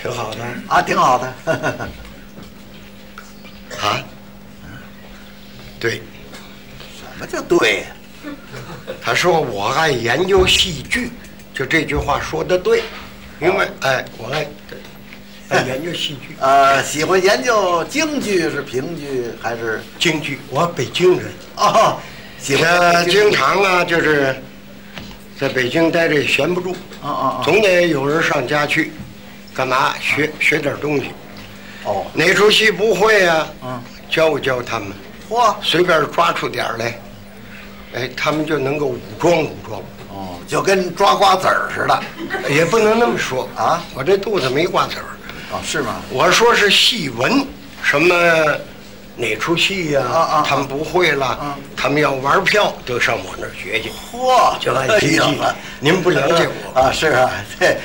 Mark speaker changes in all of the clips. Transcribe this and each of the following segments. Speaker 1: 挺好的。
Speaker 2: 啊，挺好 的。啊？
Speaker 1: 对，
Speaker 2: 什么叫对？
Speaker 1: 他说我爱研究戏剧，就这句话说的对，因为哎，我爱对爱研究戏剧，
Speaker 2: 呃，喜欢研究京剧是评剧还是？
Speaker 1: 京剧，我北京人。
Speaker 2: 哦，喜欢
Speaker 1: 他
Speaker 2: 研究
Speaker 1: 经
Speaker 2: 呃京剧。
Speaker 1: 常啊，就是在北京待着也闲不住，
Speaker 2: 啊啊啊！
Speaker 1: 总得有人上家去，干嘛学学点东西。
Speaker 2: 哦，
Speaker 1: 哪出戏不会啊？
Speaker 2: 嗯，
Speaker 1: 教教他们，
Speaker 2: 嚯！
Speaker 1: 随便抓出点儿来，哎，他们就能够武装武装。
Speaker 2: 哦，就跟抓瓜子儿似的。
Speaker 1: 也不能那么说
Speaker 2: 啊
Speaker 1: 我这肚子没瓜子儿。
Speaker 2: 哦，是吗？
Speaker 1: 我说是戏文，什么哪出戏呀、
Speaker 2: 啊啊啊
Speaker 1: 他们不会了，
Speaker 2: 嗯
Speaker 1: 他们要玩票都上我那儿学去。
Speaker 2: 嚯，
Speaker 1: 就爱京剧
Speaker 2: 哎呦
Speaker 1: 您不了解我
Speaker 2: 啊？是啊，对，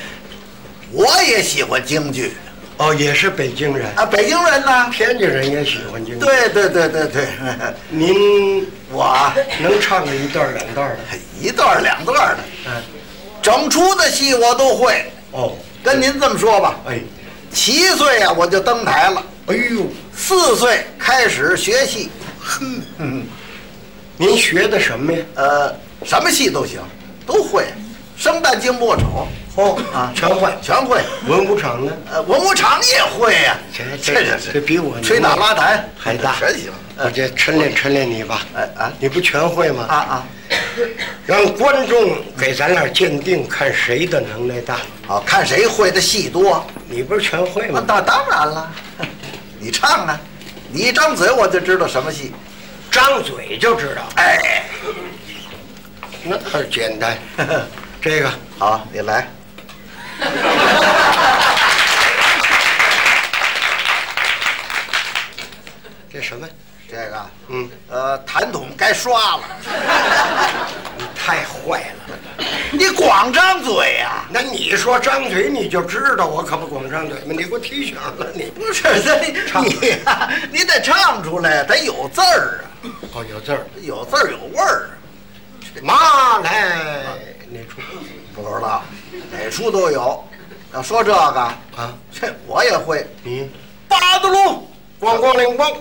Speaker 2: 我也喜欢京剧
Speaker 1: 哦，也是北京人，
Speaker 2: 啊，北京人呢？
Speaker 1: 天津人也喜欢京剧。，
Speaker 2: 对对对对对，
Speaker 1: 您
Speaker 2: 我啊
Speaker 1: 能唱个一段儿两段儿的？
Speaker 2: 一段儿两段儿的，
Speaker 1: 嗯，
Speaker 2: 整出的戏我都会。
Speaker 1: 哦，
Speaker 2: 跟您这么说吧，
Speaker 1: 哎，
Speaker 2: 七岁啊我就登台了，
Speaker 1: 哎呦，
Speaker 2: 四岁开始学戏，哼，嗯
Speaker 1: 您学的什么呀？
Speaker 2: 呃，什么戏都行，都会，生旦净末丑
Speaker 1: 哦
Speaker 2: 啊，
Speaker 1: 全会。
Speaker 2: 全会。
Speaker 1: 文武场呢？
Speaker 2: 呃，文武场也会呀、
Speaker 1: 这
Speaker 2: 这
Speaker 1: 这
Speaker 2: 是
Speaker 1: 这比我牛
Speaker 2: 吹打拉弹
Speaker 1: 还大呃
Speaker 2: 全行。
Speaker 1: 我这抻练抻练你吧。
Speaker 2: 哎啊
Speaker 1: 你不全会吗？
Speaker 2: 啊啊！
Speaker 1: 让观众给咱俩鉴定，看谁的能耐大。
Speaker 2: 好看谁会的戏多，啊
Speaker 1: 你不是全会
Speaker 2: 那
Speaker 1: 吗？
Speaker 2: 当当然了，你唱啊，你一张嘴我就知道什么戏。
Speaker 1: 张嘴就知道，
Speaker 2: 哎，
Speaker 1: 那倒是简 单。这个
Speaker 2: 好，你来。
Speaker 1: 这什么？
Speaker 2: 这个，
Speaker 1: 嗯，
Speaker 2: 呃，痰桶该刷了，
Speaker 1: 你太坏了。
Speaker 2: 你光张嘴呀、
Speaker 1: 那你说张嘴你就知道，我可不光张嘴吗？你给我提醒了你。
Speaker 2: 不是，这
Speaker 1: 唱
Speaker 2: 你你、你得唱出来，得有字儿啊，
Speaker 1: 哦，有字儿，
Speaker 2: 有字儿有味儿啊。
Speaker 1: 妈来，你出
Speaker 2: 不知道，哪处都有。要说这个，
Speaker 1: 啊？
Speaker 2: 这我也会。
Speaker 1: 你
Speaker 2: 八子路
Speaker 1: 咣咣铃咣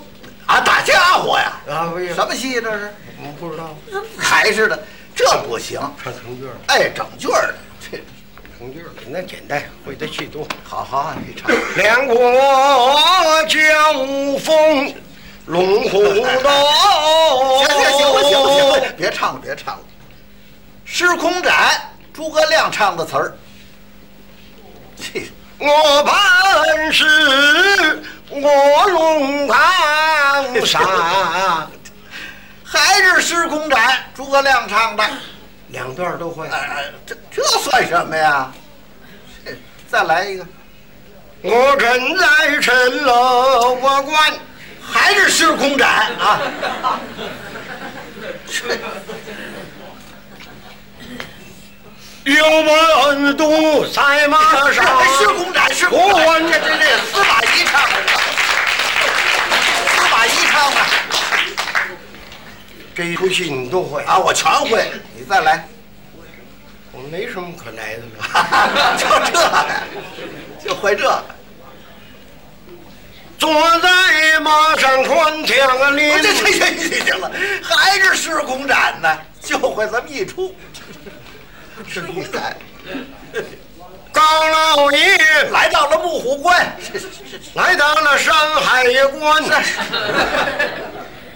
Speaker 2: 啊，打家伙哎呀！
Speaker 1: 啊？不是
Speaker 2: 什么戏这是？
Speaker 1: 我不知道，
Speaker 2: 还是的，这不行。
Speaker 1: 唱成句儿了，
Speaker 2: 哎，整句儿的，这
Speaker 1: 成句儿了，那简单，会的戏多。
Speaker 2: 好好你唱。
Speaker 1: 两国交锋，龙虎斗。
Speaker 2: 行行行了行了行了，别唱了别唱了。施空斩，诸葛亮唱的词儿。 这
Speaker 1: 我本是卧龙堂上，
Speaker 2: 还是施空斩，诸葛亮唱的。
Speaker 1: 两段都会。
Speaker 2: 哎，这这算什么呀？这再来一个，
Speaker 1: 我正在城楼我关，
Speaker 2: 还是施空斩啊？这
Speaker 1: 有本都在马 上。
Speaker 2: 施公斩，施公
Speaker 1: 我
Speaker 2: 斩，这这这司马懿唱的，司马懿唱的
Speaker 1: 这一出戏你都会，
Speaker 2: 啊，我全会，你再来，
Speaker 1: 我没什么可来的了。
Speaker 2: 就这呀，就会这个，
Speaker 1: 坐在马上啊穿墙里，
Speaker 2: 哦这这这这行了，还是施公斩呢，就会这么一出，施公斩
Speaker 1: 高老爷
Speaker 2: 来到了木虎关，
Speaker 1: 来到了山海关，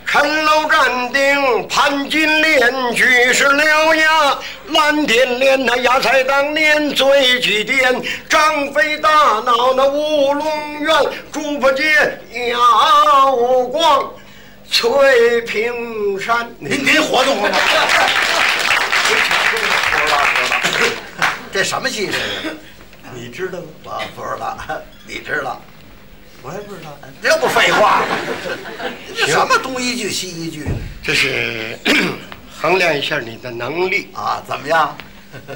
Speaker 1: 城楼站定，潘金莲举世留呀，蓝天莲他压在当年最起颠，张飞大闹那乌龙院，猪八戒压五光，翠屏山。
Speaker 2: 您您活动活动。不知道不知道，这什么戏这是？
Speaker 1: 你知道吗？
Speaker 2: 我不知道，你知道。
Speaker 1: 我也不知道。
Speaker 2: 这不废话 吗？这什么东一句西一句的
Speaker 1: 这是 衡量一下你的能力。
Speaker 2: 啊？怎么样？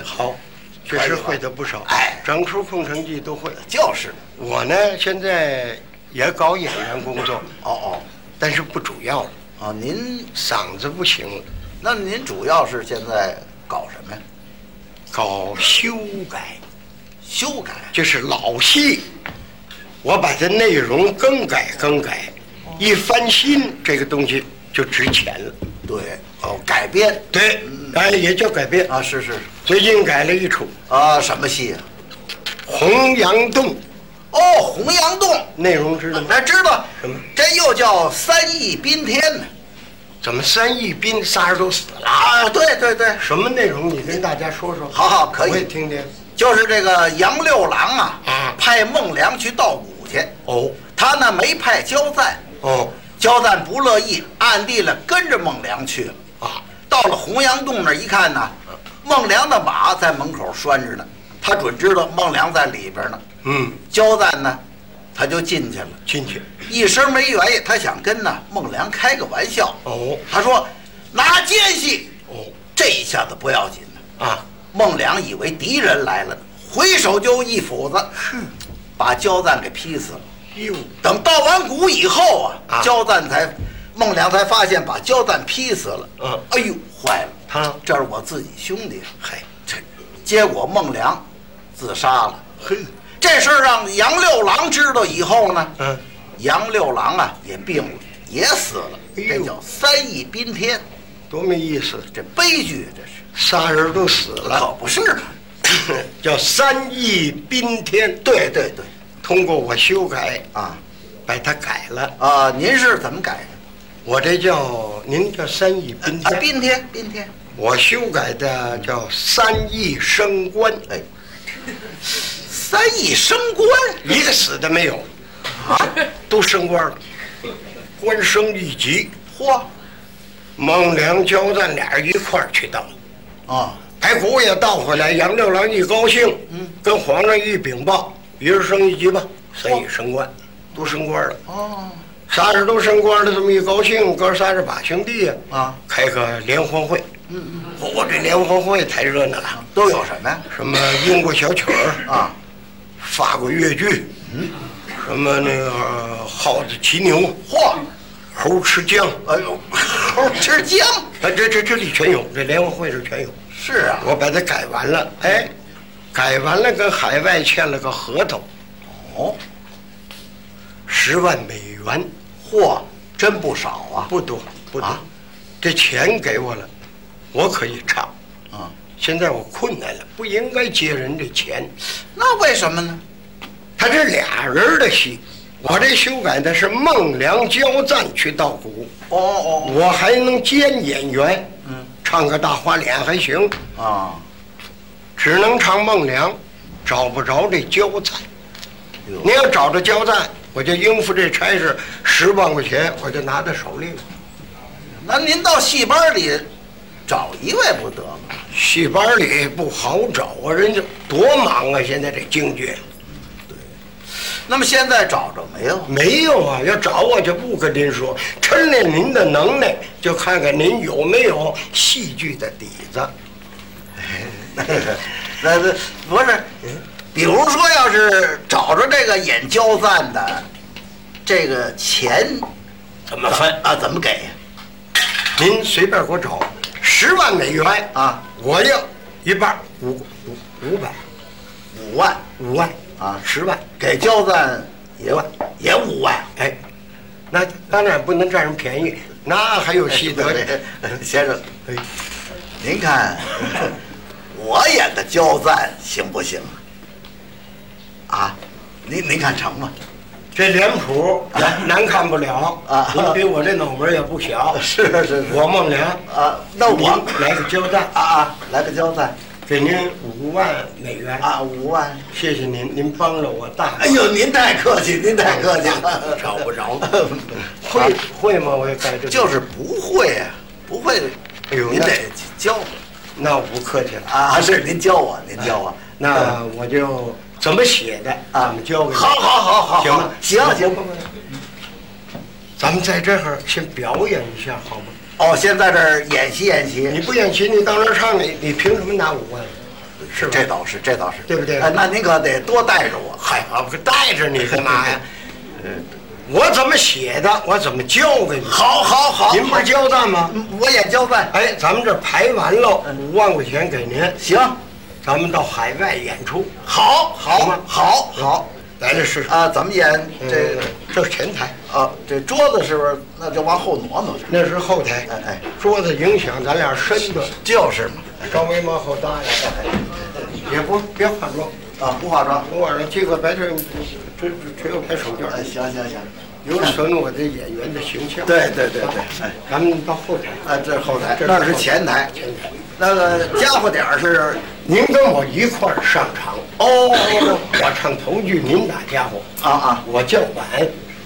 Speaker 1: 好，确实会的不少。
Speaker 2: 哎
Speaker 1: 整出空城计都会。
Speaker 2: 就是
Speaker 1: 我呢，现在也搞演员工作，
Speaker 2: 哦
Speaker 1: 但是不主要了，
Speaker 2: 哦哦，您
Speaker 1: 嗓子不行了，
Speaker 2: 那您主要是现在搞什么呀？
Speaker 1: 搞修改。
Speaker 2: 修改，
Speaker 1: 这是老戏，我把它内容更改更改，一翻新，这个东西就值钱了。
Speaker 2: 对，哦，改编
Speaker 1: 对，哎，也叫改编。
Speaker 2: 啊，是是
Speaker 1: 最近改了一出
Speaker 2: 啊，什么戏啊？
Speaker 1: 《洪阳洞》，
Speaker 2: 哦，洪阳洞，
Speaker 1: 内容知道吗？
Speaker 2: 那知道
Speaker 1: 什么，
Speaker 2: 这又叫三义宾天呢。
Speaker 1: 怎么三义斌仨人都死了？
Speaker 2: 啊，对对对，
Speaker 1: 什么内容？你跟大家说说。
Speaker 2: 好好可
Speaker 1: 我也
Speaker 2: 以，
Speaker 1: 听听。
Speaker 2: 就是这个杨六郎啊
Speaker 1: 啊，
Speaker 2: 派孟良去盗谷去，
Speaker 1: 哦
Speaker 2: 他呢没派焦赞，
Speaker 1: 哦
Speaker 2: 焦赞不乐意，暗地里跟着孟良去了。
Speaker 1: 啊，
Speaker 2: 到了洪阳洞那儿一看呢，孟良的马在门口拴着呢，他准知道孟良在里边呢。
Speaker 1: 嗯，
Speaker 2: 焦赞呢，他就进去了，
Speaker 1: 进去。
Speaker 2: 一时没原因，他想跟呢孟良开个玩笑。
Speaker 1: 哦
Speaker 2: 他说拿奸细，
Speaker 1: 哦
Speaker 2: 这一下子不要紧了。
Speaker 1: 啊，
Speaker 2: 孟良以为敌人来了呢，回手就一斧子，把焦赞给劈死了。
Speaker 1: 哟，
Speaker 2: 等到完谷以后啊，
Speaker 1: 啊
Speaker 2: 焦赞才孟良才发现把焦赞劈死了。
Speaker 1: 嗯
Speaker 2: 哎呦，坏了，
Speaker 1: 他
Speaker 2: 这是我自己兄弟。
Speaker 1: 嗨，
Speaker 2: 这结果孟良自杀了。
Speaker 1: 嘿，
Speaker 2: 这事儿让杨六郎知道以后呢，
Speaker 1: 嗯，
Speaker 2: 杨六郎啊也病了，也死了。
Speaker 1: 哎呦
Speaker 2: 这叫三义宾天，
Speaker 1: 多没意思，
Speaker 2: 这悲剧啊这是。
Speaker 1: 仨人都死了，
Speaker 2: 可不是啊嘛？
Speaker 1: 叫三义宾天。
Speaker 2: 对对对，
Speaker 1: 通过我修改，
Speaker 2: 啊
Speaker 1: 把它改了。
Speaker 2: 啊！您是怎么改的？
Speaker 1: 我这叫您叫三义宾
Speaker 2: 啊，
Speaker 1: 天，
Speaker 2: 宾天宾天，
Speaker 1: 我修改的叫三义升官，
Speaker 2: 哎，三义升官
Speaker 1: 一个死的没有，
Speaker 2: 啊！
Speaker 1: 都升官了，官升一级。
Speaker 2: 嚯
Speaker 1: 孟良、焦赞俩人一块儿去盗，
Speaker 2: 啊！
Speaker 1: 白骨也盗回来。杨六郎一高兴，嗯，跟皇上一禀报，一人升一级吧，三
Speaker 2: 哦
Speaker 1: 以升官，都升官了。
Speaker 2: 哦，
Speaker 1: 仨人都升官了，这么一高兴，哥仨是把兄弟呀
Speaker 2: 啊
Speaker 1: 开个联欢会。嗯嗯，我这联欢会太热闹了，
Speaker 2: 都有什么呀？
Speaker 1: 什么英国小曲儿，
Speaker 2: 啊，
Speaker 1: 法国越剧，嗯，什么那个耗子骑牛，
Speaker 2: 嚯，
Speaker 1: 猴吃姜，
Speaker 2: 哎呦，猴吃姜
Speaker 1: 啊，这这这里全有，这联欢会这全有。
Speaker 2: 是啊，
Speaker 1: 我把它改完了，哎，改完了跟海外签了个合同，
Speaker 2: 哦，
Speaker 1: 十万美元，
Speaker 2: 嚯，真不少啊！
Speaker 1: 不多不多、
Speaker 2: 啊
Speaker 1: 这钱给我了，我可以唱。
Speaker 2: 啊，
Speaker 1: 现在我困难了，不应该接人这钱。
Speaker 2: 那为什么呢？
Speaker 1: 他这俩人的戏，我这修改的是孟良交战去稻谷，
Speaker 2: 哦哦
Speaker 1: 我还能兼演员，
Speaker 2: 嗯，
Speaker 1: 唱个大花脸还行，
Speaker 2: 哦啊，
Speaker 1: 只能唱孟良，找不着这交战。
Speaker 2: 哎呦
Speaker 1: 你要找着交战，我就应付这差事，十万块钱我就拿在手里了。
Speaker 2: 那您到戏班里找一位不得吗？
Speaker 1: 戏班里不好找啊，人家多忙啊！现在这京剧
Speaker 2: 那么现在找着没有？
Speaker 1: 没有啊，要找我就不跟您说，抻练您的能耐，就看看您有没有戏剧的底子。
Speaker 2: 那那不是，比如说，要是找着这个演焦赞的，这个钱
Speaker 1: 怎
Speaker 2: 怎么？啊？怎么给呀？
Speaker 1: 您随便给我找十万美元
Speaker 2: 啊，
Speaker 1: 我要一半儿，五五五百，
Speaker 2: 五万
Speaker 1: 五万
Speaker 2: 啊
Speaker 1: 十万，
Speaker 2: 给焦赞也万也五万，
Speaker 1: 哎，那当然不能占人便宜，那还有戏
Speaker 2: 哎
Speaker 1: 得
Speaker 2: 先生，
Speaker 1: 哎，
Speaker 2: 您看我演的焦赞行不行啊？啊，您您看成吗？
Speaker 1: 这脸谱难难看不了
Speaker 2: 啊
Speaker 1: 您比我这脑门儿也不小。
Speaker 2: 是是是
Speaker 1: 我孟良
Speaker 2: 啊那我
Speaker 1: 您来个交代，
Speaker 2: 啊啊，来个焦赞
Speaker 1: 给您五万美元，
Speaker 2: 啊，五万。
Speaker 1: 谢谢您，您帮了我大忙。
Speaker 2: 哎呦，您太客气，您太客气了，
Speaker 1: 找不 着，会
Speaker 2: 啊
Speaker 1: 会吗？我也改这，
Speaker 2: 就是不会啊，不会。
Speaker 1: 哎呦
Speaker 2: 您
Speaker 1: 那
Speaker 2: 得教我
Speaker 1: 那我不客气了，
Speaker 2: 啊，是您教我，您教我。
Speaker 1: 啊嗯那我就怎么写的，
Speaker 2: 啊
Speaker 1: 咱们交给你
Speaker 2: 好好好好
Speaker 1: 行吗？
Speaker 2: 行行
Speaker 1: 不不不咱们在这儿先表演一下，好吗？
Speaker 2: 哦，先在这儿演习演
Speaker 1: 你
Speaker 2: 习。
Speaker 1: 不演戏，你到那儿唱，你你凭什么拿五万？是吧
Speaker 2: 这倒是，这倒是，
Speaker 1: 对不对
Speaker 2: 哎那您可得多带着我。
Speaker 1: 嗨，我带着你干嘛 呀？嗯我怎么写的，我怎么教给你。
Speaker 2: 好，好，好，嗯
Speaker 1: 您不是交战吗？
Speaker 2: 嗯我演交办。
Speaker 1: 嗯哎，咱们这排完了，五万块钱给您，
Speaker 2: 行，
Speaker 1: 咱们到海外演出，
Speaker 2: 好，好
Speaker 1: 行吗，
Speaker 2: 好，好
Speaker 1: 咱这是
Speaker 2: 啊！怎么演这
Speaker 1: 这
Speaker 2: 个
Speaker 1: 这是前台，
Speaker 2: 啊？这桌子是不是？那就往后挪挪。
Speaker 1: 那是后台。
Speaker 2: 哎哎，
Speaker 1: 桌子影响咱俩身段，
Speaker 2: 就是嘛。
Speaker 1: 稍微往后搭一下，哎也不别化妆。
Speaker 2: 啊，不化妆。
Speaker 1: 我晚上接个白天，只只只有拍手绢
Speaker 2: 哎，
Speaker 1: 儿，
Speaker 2: 行行行。
Speaker 1: 有损我这演员的形象。
Speaker 2: 对对对对哎
Speaker 1: 咱们到后台。
Speaker 2: 啊，这是后台，
Speaker 1: 这是
Speaker 2: 那是前台。那个家伙点儿是
Speaker 1: 您跟我一块儿上场，
Speaker 2: 哦
Speaker 1: 我唱头句，您打家伙，
Speaker 2: 啊啊，
Speaker 1: 我叫板，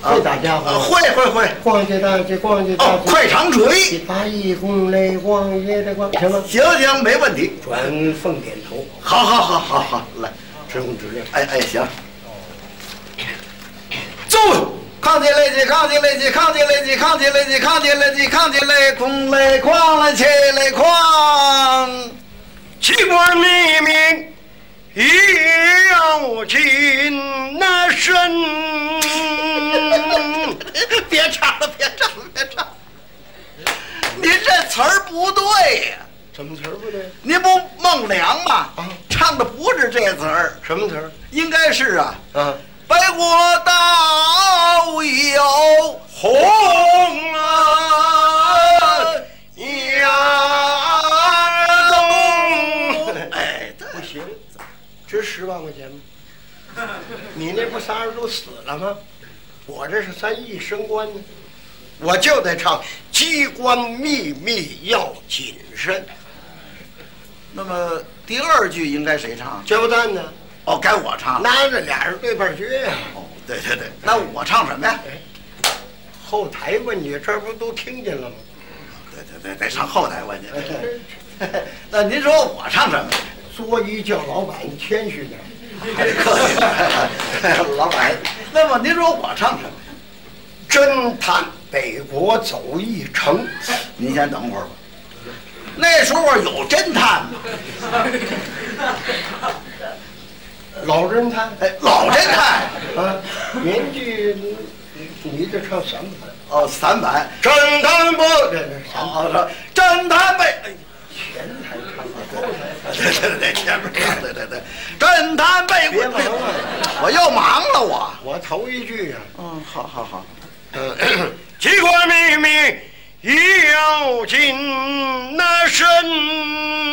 Speaker 2: 啊
Speaker 1: 会打家伙
Speaker 2: 啊
Speaker 1: 吗。
Speaker 2: 会会会。
Speaker 1: 逛街大街，逛街大
Speaker 2: 哦，
Speaker 1: 街，
Speaker 2: 快长
Speaker 1: 一
Speaker 2: 锤。
Speaker 1: 八一公嘞，逛街的逛，行了。
Speaker 2: 行行，没问题。
Speaker 1: 转凤点头，
Speaker 2: 好好好好好，来，
Speaker 1: 职工指令。
Speaker 2: 哎哎行。走。抗起来，起抗起来，起抗起来，起抗起来，起抗起来，起抗起来，空来哐来起来哐。
Speaker 1: 齐国黎民要紧那身，
Speaker 2: 别唱了，别唱了，别唱了！您这词儿不对呀、
Speaker 1: 什么词儿不对？
Speaker 2: 您不孟良吗？
Speaker 1: 啊
Speaker 2: 唱的不是这词儿，
Speaker 1: 什么词儿？
Speaker 2: 应该是啊，
Speaker 1: 啊，
Speaker 2: 白国道有
Speaker 1: 红啊
Speaker 2: 呃
Speaker 1: 呀
Speaker 2: 东。哎，这
Speaker 1: 不行，值十万块钱吗？你那不仨人都死了吗？我这是三亿升官呢，我就得唱机关秘密要谨慎。
Speaker 2: 那么第二句应该谁唱？
Speaker 1: 交蛋呢，
Speaker 2: 哦，该我唱了。
Speaker 1: 拿着俩人对半撅呀、
Speaker 2: 哦，对对对，那我唱什么呀？
Speaker 1: 后台问你，这不都听见了吗？
Speaker 2: 对对对，得上后台问去。 那您说我唱什 么？
Speaker 1: 作揖叫老板，你谦虚点。
Speaker 2: 还是客气 点，老板。那么您说我唱什么？
Speaker 1: 侦探北国走一程，
Speaker 2: 您先等会儿吧。那时候有侦探吗？
Speaker 1: 老侦探，
Speaker 2: 哎，老侦探。
Speaker 1: 啊，年纪你你你这唱什么？
Speaker 2: 哦，散板。
Speaker 1: 侦探不，
Speaker 2: 好，说侦探北。哎
Speaker 1: 前台唱的后台唱
Speaker 2: 对对对，前面对对对，侦探北国
Speaker 1: 别忙了，
Speaker 2: 我又忙了我。
Speaker 1: 我头一句呀、啊
Speaker 2: 嗯，好好好，
Speaker 1: 嗯，机关秘密要紧那身，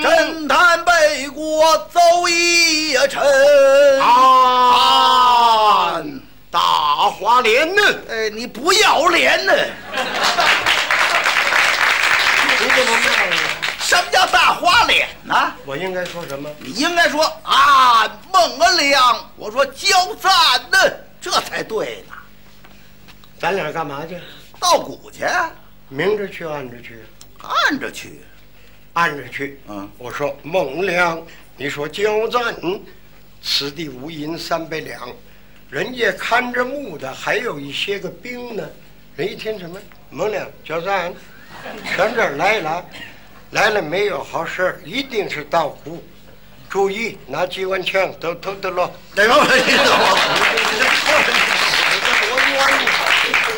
Speaker 2: 侦探北国走一程。
Speaker 1: 啊，大花脸呢？
Speaker 2: 哎，你不要脸呢？
Speaker 1: 你怎么骂我？
Speaker 2: 什么叫大花脸呢、
Speaker 1: 我应该说什么？
Speaker 2: 你应该说啊，孟恩良，我说交战呢，这才对呢。
Speaker 1: 咱俩干嘛去？
Speaker 2: 到古去，
Speaker 1: 明着去，暗着去，
Speaker 2: 按着去。
Speaker 1: 暗着去。
Speaker 2: 嗯
Speaker 1: 我说孟良，你说交战，嗯此地无银三百两，人家看着墓的还有一些个兵呢。人一听什么孟良交战，全这儿来了，来了没有好事儿，一定是盗墓。注意，拿机关枪都偷的喽。
Speaker 2: 那个，哎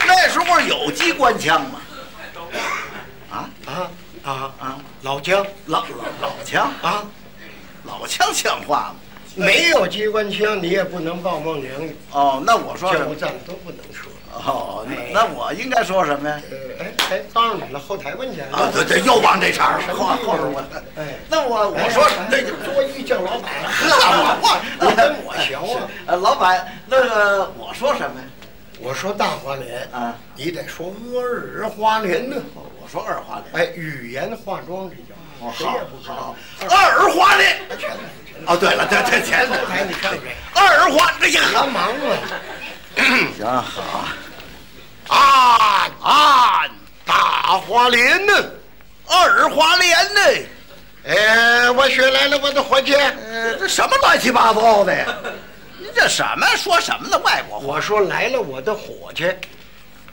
Speaker 2: 那时候有机关枪吗？啊
Speaker 1: 啊啊！
Speaker 2: 啊，
Speaker 1: 老姜
Speaker 2: 老老老枪，
Speaker 1: 啊，
Speaker 2: 老枪像话吗？
Speaker 1: 没有机关枪，你也不能报孟良
Speaker 2: 哦，那我说什
Speaker 1: 交
Speaker 2: 么？
Speaker 1: 战都不能说。
Speaker 2: 哦，那那我应该说什么呀？
Speaker 1: 呃，哎哎，告诉你了，后台问去
Speaker 2: 啊，对对，又往这茬儿了。
Speaker 1: 什
Speaker 2: 后
Speaker 1: 么地
Speaker 2: 后
Speaker 1: 方
Speaker 2: 边我
Speaker 1: 哎，
Speaker 2: 那我我说什么？
Speaker 1: 对
Speaker 2: 对，
Speaker 1: 多一叫老板，
Speaker 2: 呵，我我
Speaker 1: 你跟哎我学啊。
Speaker 2: 呃，老板，那个我说什么呀？
Speaker 1: 我说大花脸
Speaker 2: 啊，
Speaker 1: 你得说二花脸呢。
Speaker 2: 我说二花脸。
Speaker 1: 哎，语言化妆这
Speaker 2: 哦
Speaker 1: 叫，谁也不知道。
Speaker 2: 二花脸。
Speaker 1: 全
Speaker 2: 哦，对了，对对，前头
Speaker 1: 后台你看看，
Speaker 2: 二花，哎呀，
Speaker 1: 他忙了。
Speaker 2: 行好，
Speaker 1: 啊啊，大花脸呢？
Speaker 2: 二花脸呢？
Speaker 1: 哎，我学来了，我的伙计。
Speaker 2: 呃，这什么乱七八糟的呀？你这什么说什么呢？外国话
Speaker 1: 我说来了我的伙计，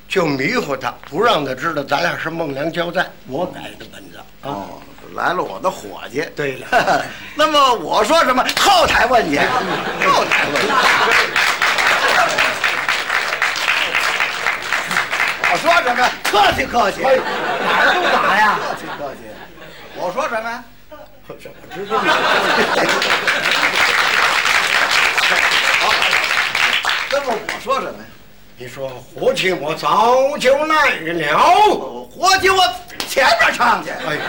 Speaker 1: 就迷糊他，不让他知道咱俩是孟良交战，我改的本子啊。
Speaker 2: 哦，来了我的伙计。
Speaker 1: 对了，
Speaker 2: 那么我说什么？后台问去，后台问去。我说什么？客气客气，
Speaker 1: 哪儿都打呀
Speaker 2: 客气客气。我说什么？怎么知道呢？那么我说什么呀？
Speaker 1: 你说伙计，我早就来了。
Speaker 2: 我活计我前面唱去，
Speaker 1: 哎，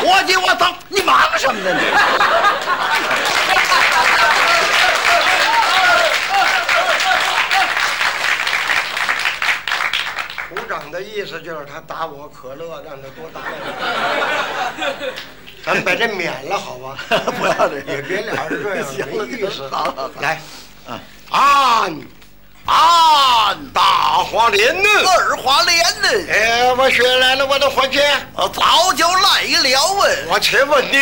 Speaker 2: 活计我操，你忙什么呢你？
Speaker 1: 鼓掌的意思就是他打我可乐，让他多打点。 咱把这免了，好吧？
Speaker 2: 不要这样，
Speaker 1: 也别俩人这样，
Speaker 2: 行了，
Speaker 1: 没意思。
Speaker 2: 好好好
Speaker 1: 来，
Speaker 2: 嗯
Speaker 1: 按
Speaker 2: 俺
Speaker 1: 大花莲呢？
Speaker 2: 二华连呢，
Speaker 1: 哎，我学来了，我的伙计，
Speaker 2: 我早就来了问，
Speaker 1: 我且问你，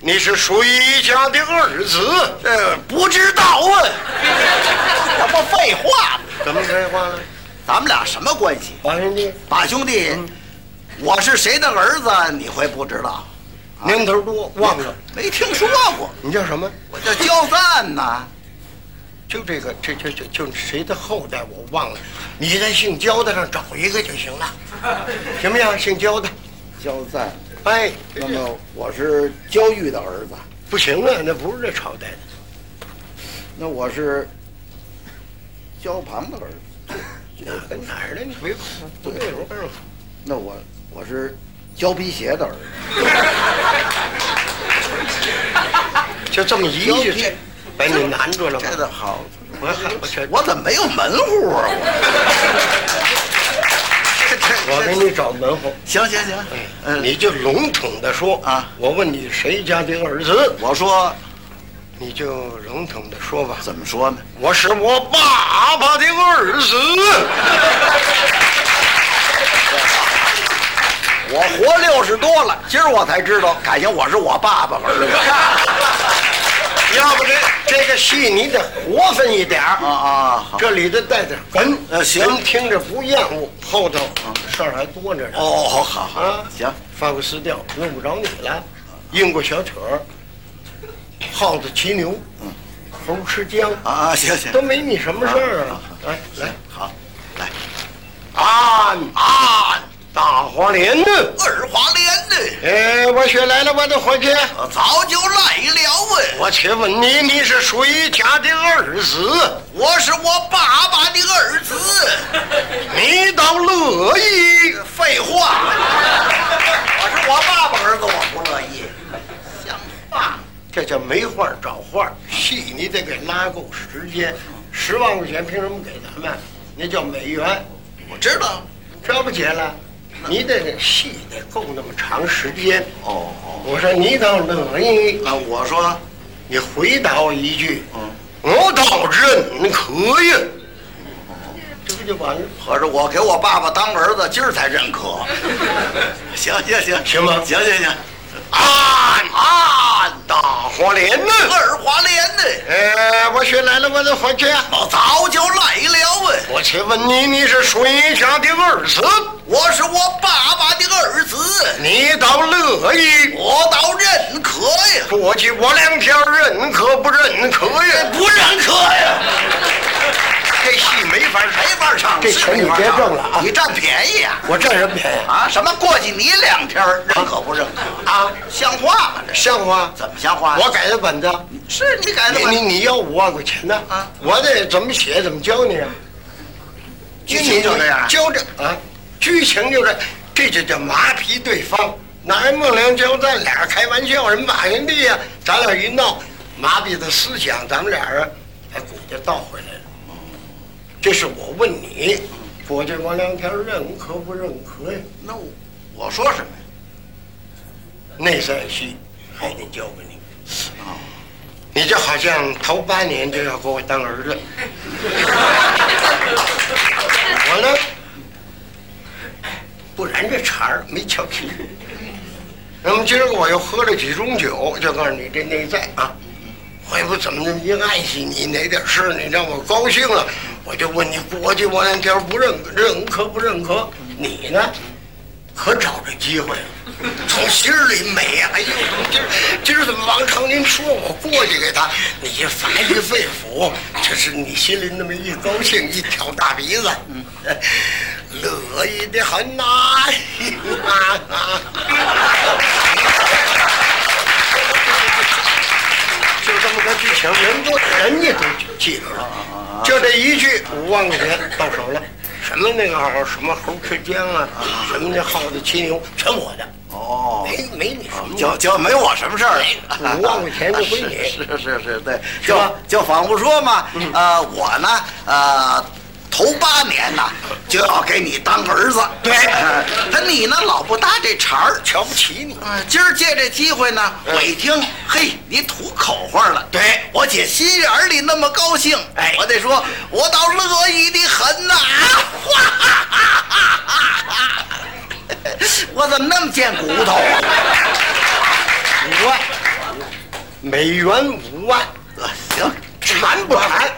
Speaker 1: 你是谁家的儿子？
Speaker 2: 呃，不知道啊， 这不废话吗？
Speaker 1: 怎么开话了？
Speaker 2: 咱们俩什么关系？
Speaker 1: 王兄弟，
Speaker 2: 把兄弟，我是谁的儿子，你会不知道？
Speaker 1: 年头多，忘了。
Speaker 2: 没听说过，
Speaker 1: 你叫什么？
Speaker 2: 我叫焦赞呐，
Speaker 1: 就这个，这这这就谁的后代我忘了。你在姓焦的上找一个就行了，行不行？姓焦的，
Speaker 2: 焦赞。
Speaker 1: 哎，
Speaker 2: 那么我是焦裕的儿子，
Speaker 1: 不行啊，那不是这朝代的。
Speaker 2: 那我是焦庞的儿子，
Speaker 1: 哪儿的哪儿的？你别不对我告诉你
Speaker 2: 那我我是胶皮鞋的儿子。
Speaker 1: 就这么一
Speaker 2: 胶
Speaker 1: 句
Speaker 2: 皮，
Speaker 1: 把你难住了
Speaker 2: 这
Speaker 1: 吗？
Speaker 2: 个好，
Speaker 1: 我我去，
Speaker 2: 我怎么没有门户啊？我
Speaker 1: 我给你找门户。
Speaker 2: 行行行，嗯，
Speaker 1: 你就笼统的说
Speaker 2: 啊
Speaker 1: 我问你谁家的儿子，
Speaker 2: 我说
Speaker 1: 你就笼统的说吧。
Speaker 2: 怎么说呢？
Speaker 1: 我是我爸爸的儿子，
Speaker 2: 我活六十多了，今儿我才知道，感情我是我爸爸儿子。
Speaker 1: 要不这这个戏你得活泛一点儿
Speaker 2: 啊啊，好，
Speaker 1: 这里头带点哏，
Speaker 2: 呃行
Speaker 1: 人听着不厌恶，后头啊事儿还多着呢。
Speaker 2: 哦，好好好
Speaker 1: 啊，，
Speaker 2: 行，
Speaker 1: 发个私调，用不着你了。应过小曲儿，耗子骑牛，猴吃姜，
Speaker 2: 啊啊，行行，
Speaker 1: 都没你什么事儿啊。来来，
Speaker 2: 好，来，
Speaker 1: 按按大花莲呢？
Speaker 2: 二华连的，
Speaker 1: 哎，我雪来了，我的伙计，
Speaker 2: 我早就来了问。
Speaker 1: 我且问你，你是谁家的儿子？
Speaker 2: 我是我爸爸的儿子。
Speaker 1: 你倒乐意？
Speaker 2: 废话，我是我爸爸儿子，我不乐意。像话吗？
Speaker 1: 这叫没话找话，戏你得给拉够时间。十万块钱凭什么给咱们？那叫美元，
Speaker 2: 我知道。
Speaker 1: 这不结了？你得戏得够那么长时间。
Speaker 2: 哦哦，
Speaker 1: 我说你倒乐意，
Speaker 2: 那我说，
Speaker 1: 你回答我一句，
Speaker 2: 嗯，
Speaker 1: 我倒认可呀。这不就完了？
Speaker 2: 合着我给我爸爸当儿子，今儿才认可。行行行，
Speaker 1: 行吗
Speaker 2: 行行行，
Speaker 1: 按按大花脸呢？
Speaker 2: 二华连呢？
Speaker 1: 哎，我学来了，我的伙计，
Speaker 2: 我早就来了问，
Speaker 1: 我且问你，你是谁家的儿子？
Speaker 2: 我是我爸爸的儿子，
Speaker 1: 你倒乐意？
Speaker 2: 我倒认可呀。
Speaker 1: 伙计，我两天认可不认可呀？
Speaker 2: 哎不认可呀。
Speaker 1: 这戏没法
Speaker 2: 没法唱，
Speaker 1: 这
Speaker 2: 是
Speaker 1: 钱
Speaker 2: 没
Speaker 1: 你
Speaker 2: 法
Speaker 1: 别
Speaker 2: 唱
Speaker 1: 挣了啊
Speaker 2: 你占便宜啊！
Speaker 1: 我占什么便宜？
Speaker 2: 啊，什么过去你两天儿认可不认可啊？像话吗？这是
Speaker 1: 像话？
Speaker 2: 怎么像话呀？
Speaker 1: 我改的本子，哎
Speaker 2: 是你改的
Speaker 1: 啊你
Speaker 2: 吧
Speaker 1: 你？你要五万块钱呢？
Speaker 2: 啊
Speaker 1: 我得怎么写，怎么教你啊？
Speaker 2: 剧情就这样啊
Speaker 1: 教这啊，剧情就这，这就叫麻痹对方。拿人孟良交战俩人开玩笑，人马云帝呀，咱俩一闹，麻痹他思想，咱们俩人哎，鬼就倒回来了。这是我问你，我这王良天认可不认可呀？
Speaker 2: 那我我说什么呀？
Speaker 1: 内在戏还得交给你。你就好像头八年就要给我当儿子，我呢，不然这茬儿没瞧清。那么今儿个我又喝了几盅酒，就告诉你这内在啊，我也不怎么一爱惜你哪点事，你让我高兴了，我就问你国际我两天不认认可不认可？你呢，可找着机会了。从心儿里美呀、哎呦，今儿今儿怎么王长林说我过去给他，你一发一肺腑，这是你心里那么一高兴，一挑大鼻子，嗯，乐意的很呐、哎就这么个剧情，人都人家都记着了，就这一句五万块钱到手了。什么那个号什么猴吃姜啊，什么那耗子骑牛，全我的，
Speaker 2: 哦，
Speaker 1: 没没你什么
Speaker 2: 就就没我什么事儿，
Speaker 1: 五万块钱就归你
Speaker 2: 是是是是，对，
Speaker 1: 是
Speaker 2: 就
Speaker 1: 吧嗯
Speaker 2: 就仿佛说嘛，呃，我呢，呃，头八年呢就要给你当儿子，
Speaker 1: 对
Speaker 2: 哎 他你呢老不搭这茬儿，
Speaker 1: 瞧不起你。
Speaker 2: 啊，今儿借这机会呢，
Speaker 1: 嗯
Speaker 2: 我一听，嘿，你吐口话了。
Speaker 1: 对
Speaker 2: 我姐心眼儿里那么高兴，
Speaker 1: 哎
Speaker 2: 我得说，我倒乐意的很呐、 哇哈哈哈哈哈哈！我怎么那么贱骨头啊？
Speaker 1: 五万，美元五万，
Speaker 2: 呃行，
Speaker 1: 谈不谈？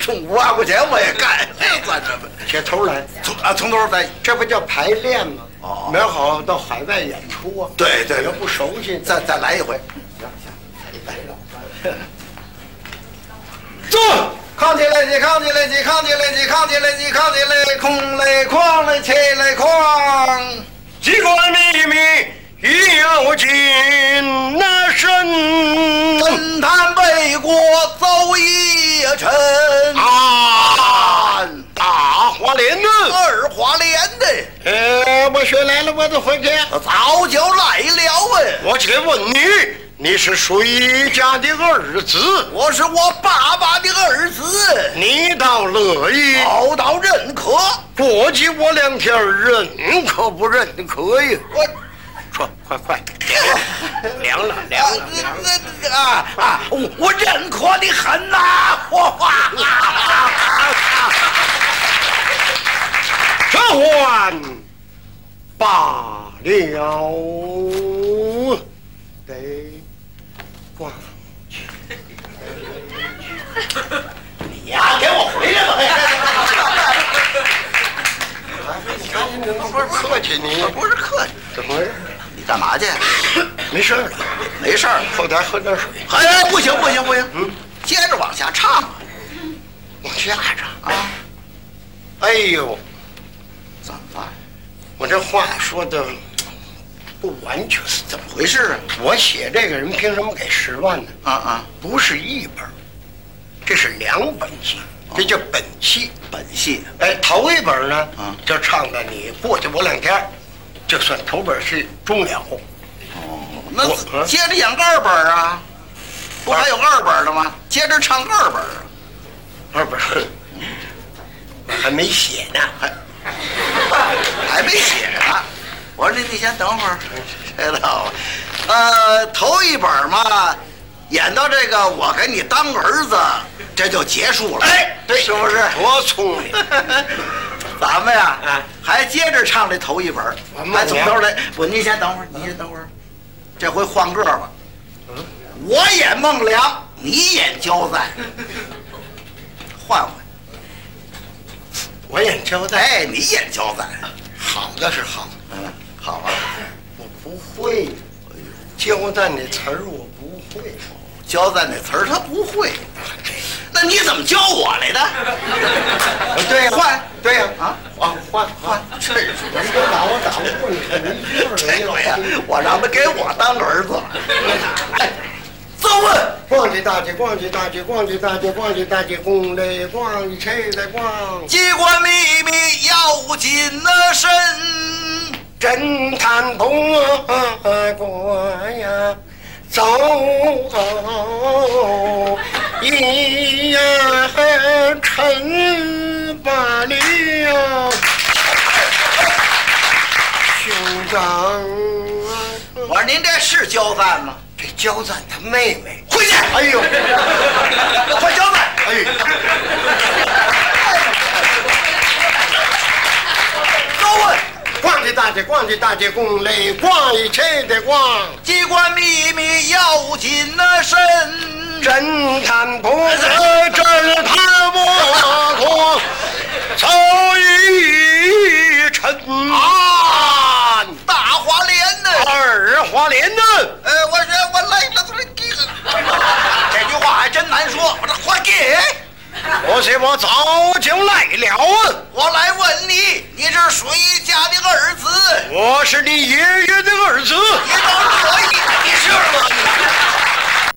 Speaker 2: 冲五万块钱我也干，这算什么？
Speaker 1: 铁头来，
Speaker 2: 从啊，从头再
Speaker 1: 这不叫排练吗？
Speaker 2: 哦
Speaker 1: 没好到海外演出啊。
Speaker 2: 对对
Speaker 1: 也不熟悉。
Speaker 2: 再再来一回。
Speaker 1: 坐，
Speaker 2: 扛起来，起扛起来，起扛起来，起扛起来，起扛起来，空嘞哐嘞，起嘞哐。
Speaker 1: 机关秘密要紧那身
Speaker 2: 深潭背过走一程，
Speaker 1: 啊，大花脸呢？
Speaker 2: 二花脸的
Speaker 1: 呃，我学来了，我得回去。
Speaker 2: 早就来了问，
Speaker 1: 我起来问你，你是谁家的儿子？
Speaker 2: 我是我爸爸的儿子，
Speaker 1: 你倒乐意。
Speaker 2: 遭到认可，
Speaker 1: 伙计，我两天认可不认可呀？
Speaker 2: 我
Speaker 1: 说，快快，凉了，凉了，凉了。
Speaker 2: 啊啊啊！我我认可的很呐、哗哗
Speaker 1: 这还罢了，得挂。
Speaker 2: 你呀，给我回来吧！
Speaker 1: 不是客气，你
Speaker 2: 我不是客气，
Speaker 1: 怎么回事？
Speaker 2: 你干嘛去？
Speaker 1: 没事儿，
Speaker 2: 没事儿。
Speaker 1: 后台喝点水。
Speaker 2: 哎，不行不行不行，接着往下唱啊！
Speaker 1: 往下着。
Speaker 2: 啊，
Speaker 1: 哎呦，
Speaker 2: 怎么了？
Speaker 1: 我这话说的不完全。
Speaker 2: 怎么回事
Speaker 1: 我写这个人凭什么给十万呢？
Speaker 2: 啊？啊啊！
Speaker 1: 不是一本儿，这是两本戏，这叫本嗯戏。
Speaker 2: 本戏
Speaker 1: 哎，头一本呢，
Speaker 2: 啊
Speaker 1: 就唱的你过去我两天儿，就算头本戏终了。
Speaker 2: 哦，那
Speaker 1: 我嗯
Speaker 2: 接着演二本啊，不还有二本的吗？接着唱二本啊，
Speaker 1: 二本 儿我还没写呢，还
Speaker 2: 还没写呢。我说你你先等会儿，知道吧？呃，头一本嘛，演到这个我给你当儿子，这就结束了。
Speaker 1: 哎，对，
Speaker 2: 是不是？
Speaker 1: 多聪明！
Speaker 2: 咱们呀
Speaker 1: 啊，
Speaker 2: 还接着唱这头一本儿
Speaker 1: 我，慢
Speaker 2: 还从
Speaker 1: 点
Speaker 2: 头来。不，您先等会儿，您先等会儿，这回换个儿吧。
Speaker 1: 嗯
Speaker 2: 我演孟良，你演焦 赞，换换。
Speaker 1: 我演交代，
Speaker 2: 哎，你演焦赞，
Speaker 1: 好的是好，
Speaker 2: 嗯，好啊。
Speaker 1: 我 不会。交代那词儿我不会，
Speaker 2: 焦赞那词儿他不会，那你怎么教我来的？
Speaker 1: 对呀
Speaker 2: 换
Speaker 1: 对呀
Speaker 2: 啊，
Speaker 1: 换换换，
Speaker 2: 换，这是
Speaker 1: 你给打我打不过你，你
Speaker 2: 这
Speaker 1: 这
Speaker 2: 回
Speaker 1: 回
Speaker 2: 呀
Speaker 1: 呀，，
Speaker 2: 我让他给我当儿子了。哎，奏问。
Speaker 1: 逛街大街逛街大街逛街大街逛街大街逛嘞逛，你谁来逛？
Speaker 2: 机关秘密要紧那身，
Speaker 1: 侦探不啊过呀，走一程把了，兄长啊，
Speaker 2: 我说您这是焦赞吗？
Speaker 1: 这焦赞他妹妹，
Speaker 2: 回去！
Speaker 1: 哎呦，
Speaker 2: 换焦赞！
Speaker 1: 哎呦，
Speaker 2: 高问，
Speaker 1: 逛街大街逛街大街逛嘞逛，一切得逛。
Speaker 2: 机关秘密要紧那身，
Speaker 1: 人看不得这他莫过，走一尘啊！
Speaker 2: 大花脸呢？
Speaker 1: 二花莲呢？
Speaker 2: 呃，我说我 来了，这这句话还真难说。我这花给，
Speaker 1: 我是我早就来了啊！
Speaker 2: 我来问你，你是谁家的儿子？
Speaker 1: 我是你爷爷的儿子。
Speaker 2: 你都可以，你是我